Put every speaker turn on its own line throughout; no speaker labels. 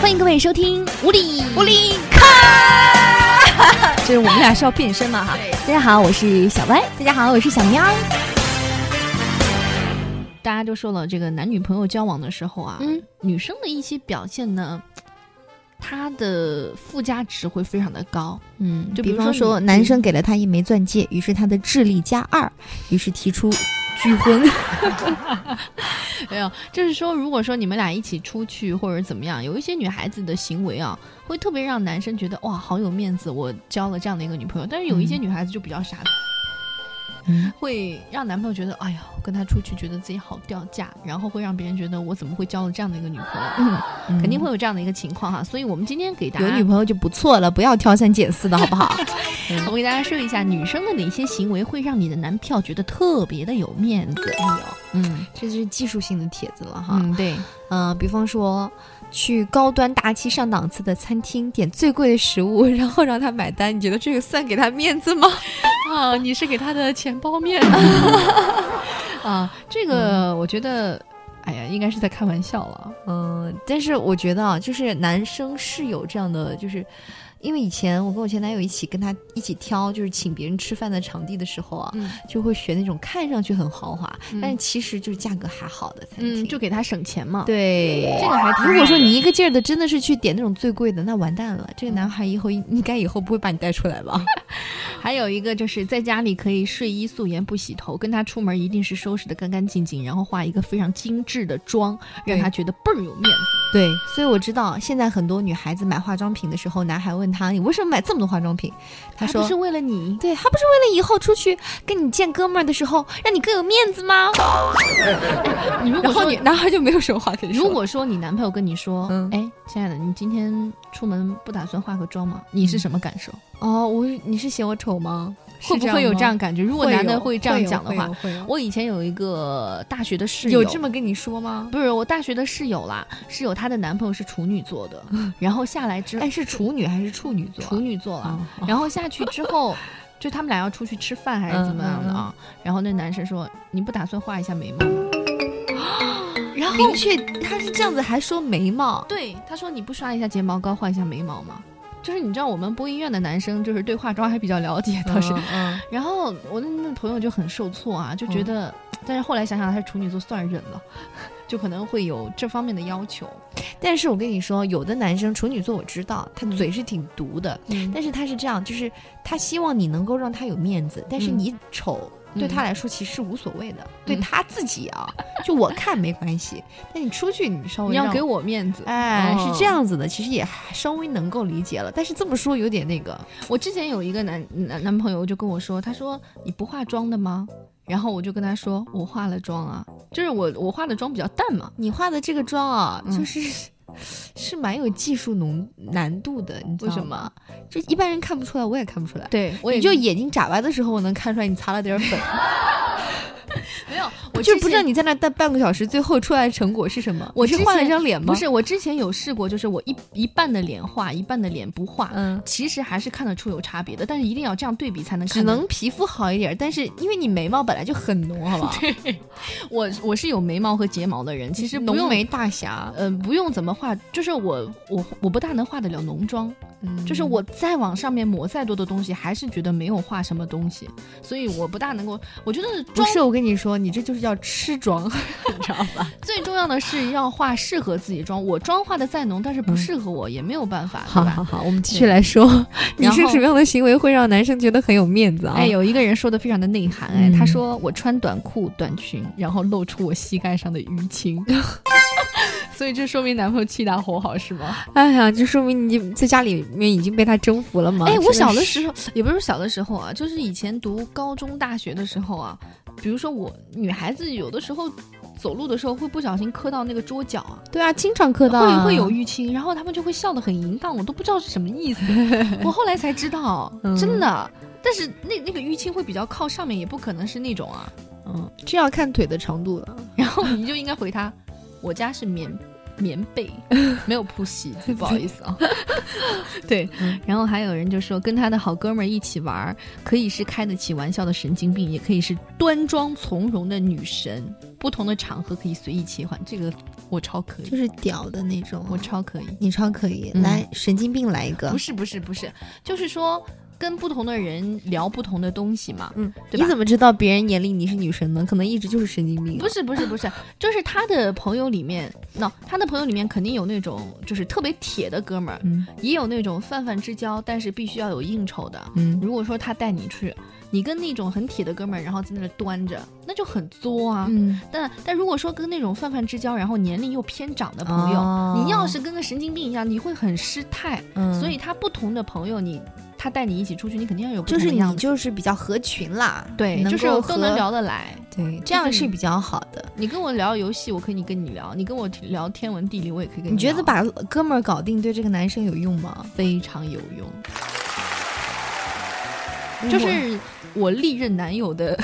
欢迎各位收听无理
无力卡。
这是我们俩是要变身了哈
对。
大家好，我是小歪。大家好，我是小喵。
大家就说了，这个男女朋友交往的时候啊，
嗯
女生的一些表现呢，她的附加值会非常的高。
嗯，
就比
比
如
方说，
说你
男生给了她一枚钻戒，于是她的智力加二，于是提出拒婚。
没有，就是说，如果说你们俩一起出去或者怎么样，有一些女孩子的行为啊，会特别让男生觉得哇，好有面子，我交了这样的一个女朋友。但是有一些女孩子就比较傻，
嗯
会让男朋友觉得，哎呀，我跟她出去觉得自己好掉价，然后会让别人觉得我怎么会交了这样的一个女朋友？
嗯，
肯定会有这样的一个情况哈。所以我们今天给大家
有女朋友就不错了，不要挑三拣四的好不 好？
嗯我给大家说一下，女生的哪些行为会让你的男票觉得特别的有面子？嗯
这就是技术性的帖子了哈。
嗯，对，
哎嗯、比方说去高端大气上档次的餐厅点最贵的食物，然后让他买单，你觉得这个算给他面子吗？
啊，你是给他的钱包面 子啊？这个我觉得，哎呀，应该是在开玩笑了。啊
嗯、但是我觉得啊，就是男生是有这样的，就是因为以前我跟我前男友一起跟他一起挑，就是请别人吃饭的场地的时候啊，
嗯
就会选那种看上去很豪华，
嗯
但其实就是价格还好的餐厅。
嗯，就给他省钱嘛。
对，
这个嗯还挺
如果说
好的
你一个劲儿的真的是去点那种最贵的，那完蛋了，
嗯
这个男孩以后应该以后不会把你带出来 吧？
还有一个就是在家里可以睡衣素颜不洗头，跟他出门一定是收拾的干干净净，然后化一个非常精致的妆，让
对
他觉得倍儿有面子。
对，所以我知道现在很多女孩子买化妆品的时候，男孩问她你为什么买这么多化妆品，她
还
说
不是为了你，
对，她不是为了以后出去跟你见哥们儿的时候让你更有面子吗？
你如
然
果
后
说
你男孩就没有什么话可以说。
如果说你男朋友跟你说，
嗯
哎，亲爱的，你今天出门不打算化个妆吗？你是什么感受？
哦，我你是嫌我丑吗？
会不会有这样感觉？如
如
果男的会这样讲的话，，
会有
我以前有一个大学的室友，
有这么跟你说吗？
不是我大学的室友啦，室友她的男朋友是处女座 的，然后下来之后
哎，是处女还是处女座啊？
处女座啦，哦
啊，
然后下去之后。就他们俩要出去吃饭还是怎么样的啊？然后那男生说：“你不打算画一下眉毛吗
然后明确他是这样子，还说眉毛？”，
对，他说：“你不刷一下睫毛膏，画一下眉毛吗？”就是你知道我们播音院的男生，就是对化妆还比较了解，倒是
嗯嗯
然后我那那朋友就很受挫啊，就觉得，但是后来想想他是处女座，算忍了， 就可能会有这方面的要求。
但是我跟你说，有的男生处女座我知道，他嘴是挺毒的，
嗯
但是他是这样，就是他希望你能够让他有面子，但是
嗯
你丑。对
嗯
他来说其实是无所谓的，对
嗯
他自己啊，就我看没关系，但你出去你稍微
你要
哦让
给，我面子。
哎，
哦
是这样子的，其实也还稍微能够理解了，但是这么说有点那个，
我之前有一个男男男朋友就跟我说，他说你不化妆的吗？然后我就跟他说我化了妆啊，就是我我化的妆比较淡嘛。
你化的这个妆啊，
嗯
就是、是蛮有技术浓难度的，你知
为
道
什
吗？就一般人看不出来，我也看不出来。
对，我也
你就眼睛眨巴的时候，我能看出来你擦了点粉，
没有，
我
我
就
之
是不知道
前
你在那待半个小时，最后出来的成果是什么？
我
你是
之
换了
前
张脸吗？
不，是我之前有试过，就是我一一半的脸画，一半的脸不画，
嗯，
其实还是看得出有差别的，但是一定要这样对比才能
只
看得
能皮肤好一点，但是因为你眉毛本来就很 浓，好不好？
我我是有眉毛和睫毛的人，其实不
浓
用
眉大侠，
嗯、不用怎么画，就是我我我不大能画得了浓妆，
嗯
就是我再往上面抹再多的东西，还是觉得没有画什么东西，所以我不大能够。我觉得
不
妆
是我跟你说，你这就是叫吃妆， 你知道吧？
最重要的是要画适合自己妆，我妆化的再浓，但是不适合我、也没有办法，
嗯好
对吧
好？好，我们继续
对
来说，你
然
是
后
什么样的行为会让男生觉得很有面子啊？
哎，有一个人说的非常的内涵，哎，
嗯
他说我穿短裤短裙，然后露出我膝盖上的淤青， 所以这说明男朋友气大活好是吗？
哎呀，就说明你在家里面已经被他征服了嘛。
哎，我
真
小的
是
时候也不是小的时候啊，就是以前读高中、大学的时候啊，比如说我女孩子有的时候走路的时候会不小心磕到那个桌角啊，
对啊，经常磕到啊
会会有淤青，然后他们就会笑得很淫荡，我都不知道是什 么意思，我后来才知道，
嗯
真的。但是那那个淤青会比较靠上面，也不可能是那种啊。
嗯，这要看腿的长度了。
然后你就应该回他，我家是棉棉被，没有铺席子，不好意思啊。对
嗯，
然后还有人就说，跟他的好哥们儿一起玩儿，可以是开得起玩笑的神经病，也可以是端庄从容的女神。不同的场合可以随意切换，这个我超可以，
就是屌的那种，
我超可以。
你超可以，
嗯
来神经病来一个
不，是不是不是，就是说跟不同的人聊不同的东西嘛。
嗯，
对
你
吧
怎么知道别人眼里你是女神呢？可能一直就是神经病，啊
不是不是不是，就是他的朋友里面，那、他的朋友里面肯定有那种就是特别铁的哥们儿，
嗯
也有那种泛泛之交，但是必须要有应酬的。
嗯，
如果说他带你去，你跟那种很铁的哥们儿，然后在那儿端着，那就很作啊。
嗯，
但但如果说跟那种泛泛之交，然后年龄又偏长的朋友，
哦
你要是跟个神经病一样，你会很失态。
嗯
所以他不同的朋友，你他带你一起出去，你肯定要有不
就
同
是
的
你
样子。
就是比较合群啦，
对，
能
就是
够
都
和
能，聊得来。
对，这样
就是
是比较好的。
你跟我聊游戏，我可以跟你聊；你跟我聊天文地理，我也可以跟
你
聊。
觉得把哥们儿搞定对这个男生有用吗？
非常有用，嗯就是我历任男友的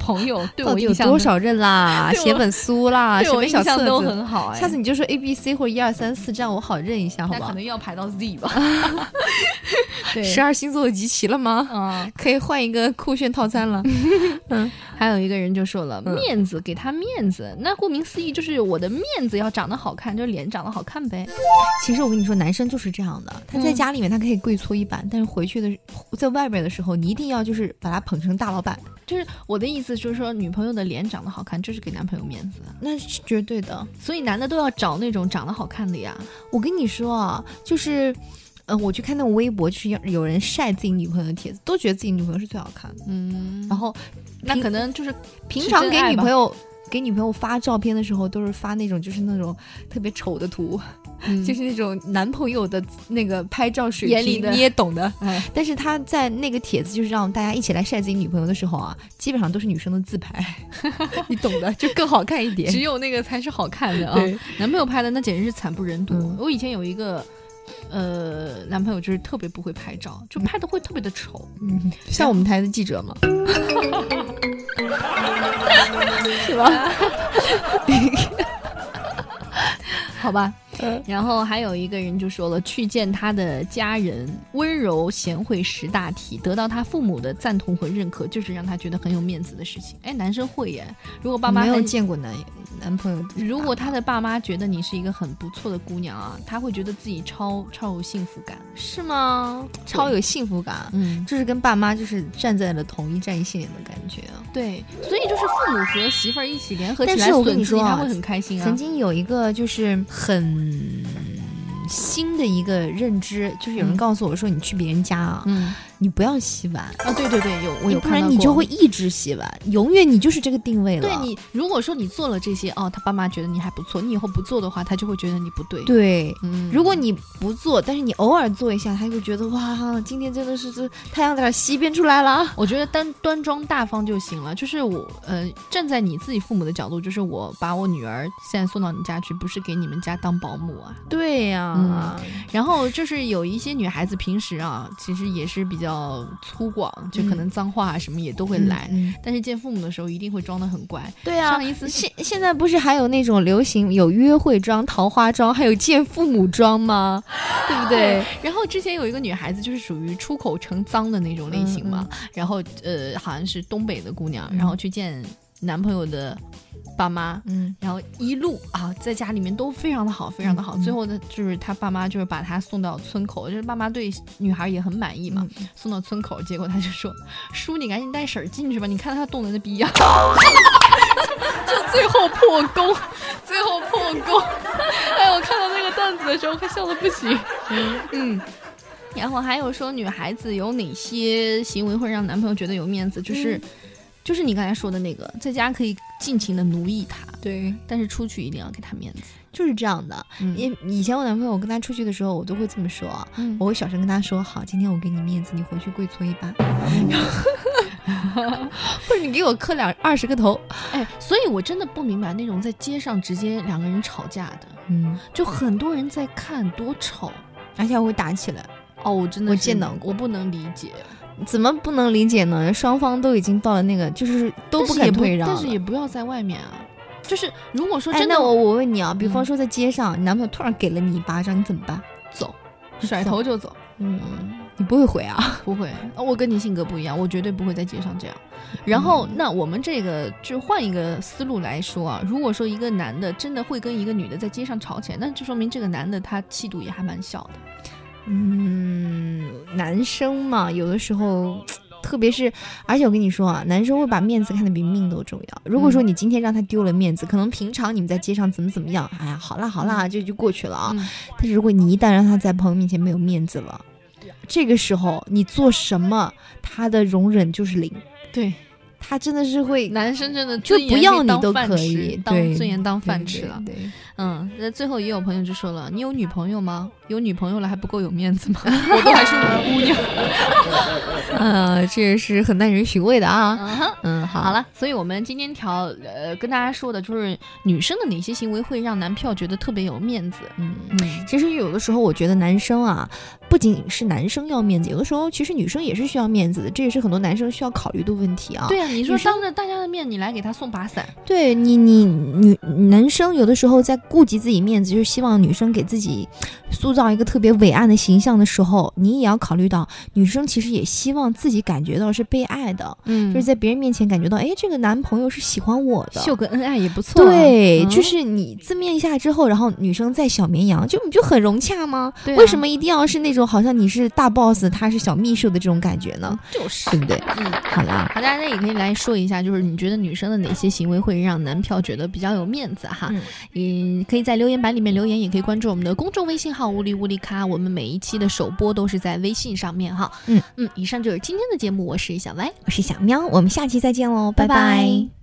朋 友对
到
我
底有
印象
多
都
少任啦？
对我
写本书啦，
对
写
我
本
印
小册
象都
子。
很好哎。
下次你就说 A B C 或者一二三四，这样我好认一下，好
那可
吧？
能要排到 Z 吧。对，
十二星座集齐了吗？
嗯，
可以换一个酷炫套餐了。
还有一个人就说了，
嗯
面子给他面子，那顾名思义就是我的面子要长得好看，就是脸长得好看呗。
其实我跟你说，男生就是这样的，他在
嗯
家里面他可以跪搓衣板，但是回去的在外面的时候，你一定要就是把他捧成大老板，
就是我的意思，就是说女朋友的脸长得好看，就是给男朋友面子，
那是绝对的。
所以男的都要找那种长得好看的呀。
我跟你说啊，就是，嗯、我去看那种微博，就是有有人晒自己女朋友的帖子，都觉得自己女朋友是最好看的。
嗯，
然后
那
平
可能就是
平
是
常
真
给
爱
女
吧
朋友给女朋友发照片的时候，都是发那种就是那种特别丑的图，
就
就是是那种男朋友的那个拍照水
嗯眼
平，
里的
你也懂的。
哎，
但是他在那个帖子就是让大家一起来晒自己女朋友的时候啊，基本上都是女生的自拍， 你懂的，就更好看一点
只。有那个才是好看的啊。
对，
男朋友拍的那简直是惨不忍睹。
嗯
我以前有一个。呃，男朋友就是特别不会拍照，就拍的会特别的丑。
嗯，像我们台的记者嘛，是吧？
好吧
嗯。
然后还有一个人就说了，去见他的家人，温柔贤惠识大体，得到他父母的赞同和认可，就是让他觉得很有面子的事情。哎，男生会耶，如果爸妈
没有
很
见过男男朋友的，
如果他的爸妈觉得你是一个很不错的姑娘啊，他会觉得自己超超有幸福感，是吗？
超
有，
有幸福感，
嗯，
就是跟爸妈就是站在了同一战线的感觉。啊
对，所以就是父母和媳妇儿一起联合起
但
来
是我跟
损
你
自己，
说啊
他会很开心啊
曾。经有一个就是很新的一个认知，就是有人
嗯
告诉我说，你去别人家啊，
嗯
你不要洗碗。
啊，对对对，有我有
不
看到
然你
过
就会一直洗碗，永远你就是这个定位了。
对你，如果说你做了这些，哦，他爸妈觉得你还不错，你以后不做的话，他就会觉得你不对。，
对，
嗯，
如果你不做，但是你偶尔做一下，他就觉得哇，今天真的是这太阳在这西边出来了。
我觉得端端庄大方就行了。就是我，呃，站在你自己父母的角度，就是我把我女儿现在送到你家去，不是给你们家当保姆啊，
对呀、
然后就是有一些女孩子平时啊，其实也是比较粗犷，就可能脏话啊什么也都会来，
嗯嗯嗯
但是见父母的时候一定会装得很乖。
对啊
上
呀、
一次
现现在不是还有那种流行有约会妆、桃花妆，还有见父母妆 吗？对不对？
然后之前有一个女孩子就是属于出口成脏的那种类型嘛，然后呃好像是东北的姑娘，
嗯
然后去见男朋友的爸妈。
嗯，
然后一路啊，在家里面都非常的好，非常的好。
嗯嗯
最后呢，就是她爸妈就是把她送到村口，就是爸妈对女孩也很满意嘛，
嗯
送到村口，结果他就说：“叔，你赶紧带婶儿进去吧，你看他冻得那逼样。” 就最后破功，最后破功。哎，我看到那个段子的时候，快笑的不行。嗯。然后还有说，女孩子有哪些行为会让男朋友觉得有面子？就是，
嗯
就是你刚才说的那个，在家可以尽情的奴役他，
对，
但是出去一定要给他面子。
就是这样的。
嗯，
以以前我男朋友，我跟他出去的时候，我都会这么说啊，我会小声跟他说：“好，今天我给你面子，你回去跪搓衣 板，或者你给我磕两二十个头。
哎，所以我真的不明白那种在街上直接两个人吵架的，”
嗯，
就很多人在看，多吵。
而且还会打起来。
哦，我真的
我
是
见到过
我不能理解，
怎么不能理解呢？双方都已经到了那个，就是都
但是也
肯退让
但是
了
也不要在外面啊。就是如果说
哎，
真的，
那我我问你啊，比
嗯
方说在街上，你男朋友突然给了你一巴掌，你怎么办？
走，甩头就走。
嗯，你不会回啊？
不会，呃我跟你性格不一样，我绝对不会在街上这样。然后，
嗯
那我们这个就换一个思路来说啊，如果说一个男的真的会跟一个女的在街上吵起来，那就说明这个男的他气度也还蛮小的。
嗯，男生嘛，有的时候，特别是，而且我跟你说啊，男生会把面子看得比命都重要。如果说
嗯
你今天让他丢了面子，可能平常你们在街上怎么怎么样，哎呀，好啦好啦，就就过去了啊。
嗯
但是如果你一旦让他在朋友面前没有面子了，这个时候你做什么，他的容忍就是零，
对，
他真的是会
男生真的
就
尊严
不
可以
要你
当
都
饭
可
吃
以
当
对
尊严当饭吃了。
对对对
嗯，那最后也有朋友就说了：“你有女朋友吗？有女朋友了还不够有面子吗？ 我都还是你姑娘。
啊，这也是很耐人寻味的啊。
嗯哼
嗯，好
好，了，所以我们今天条呃跟大家说的就是女生的哪些行为会让男票觉得特别有面子。
嗯，
嗯，
其实有的时候我觉得男生啊，不仅是男生要面子，有的时候其实女生也是需要面子的，这也是很多男生需要考虑的问题啊。
对啊，你说
女生
当着大家的面，你来给他送把伞，
对你，你女男生有的时候在顾及自己面子，就是希望女生给自己塑造一个特别伟岸的形象的时候，你也要考虑到，女生其实也希望自己感觉到是被爱的，
嗯
就是在别人面前感觉到，哎，这个男朋友是喜欢我的，
秀个恩爱也不错啊。
对，
嗯
就是你字面一下之后，然后女生再小绵羊，就你就很融洽吗？
对啊
为什么一定要是那种好像你是大 boss，他是小秘书的这种感觉呢？
就是
对不对？
嗯。
好啦，
好，大家也可以来说一下，就是你觉得女生的哪些行为会让男票觉得比较有面子哈？
嗯
嗯，可以在留言板里面留言，也可以关注我们的公众微信号“乌里乌里咖”，我们每一期的首播都是在微信上面哈。
嗯
嗯，以上就是今天的节目，我是小歪，
我是小喵，我们下期再见喽，拜
拜
拜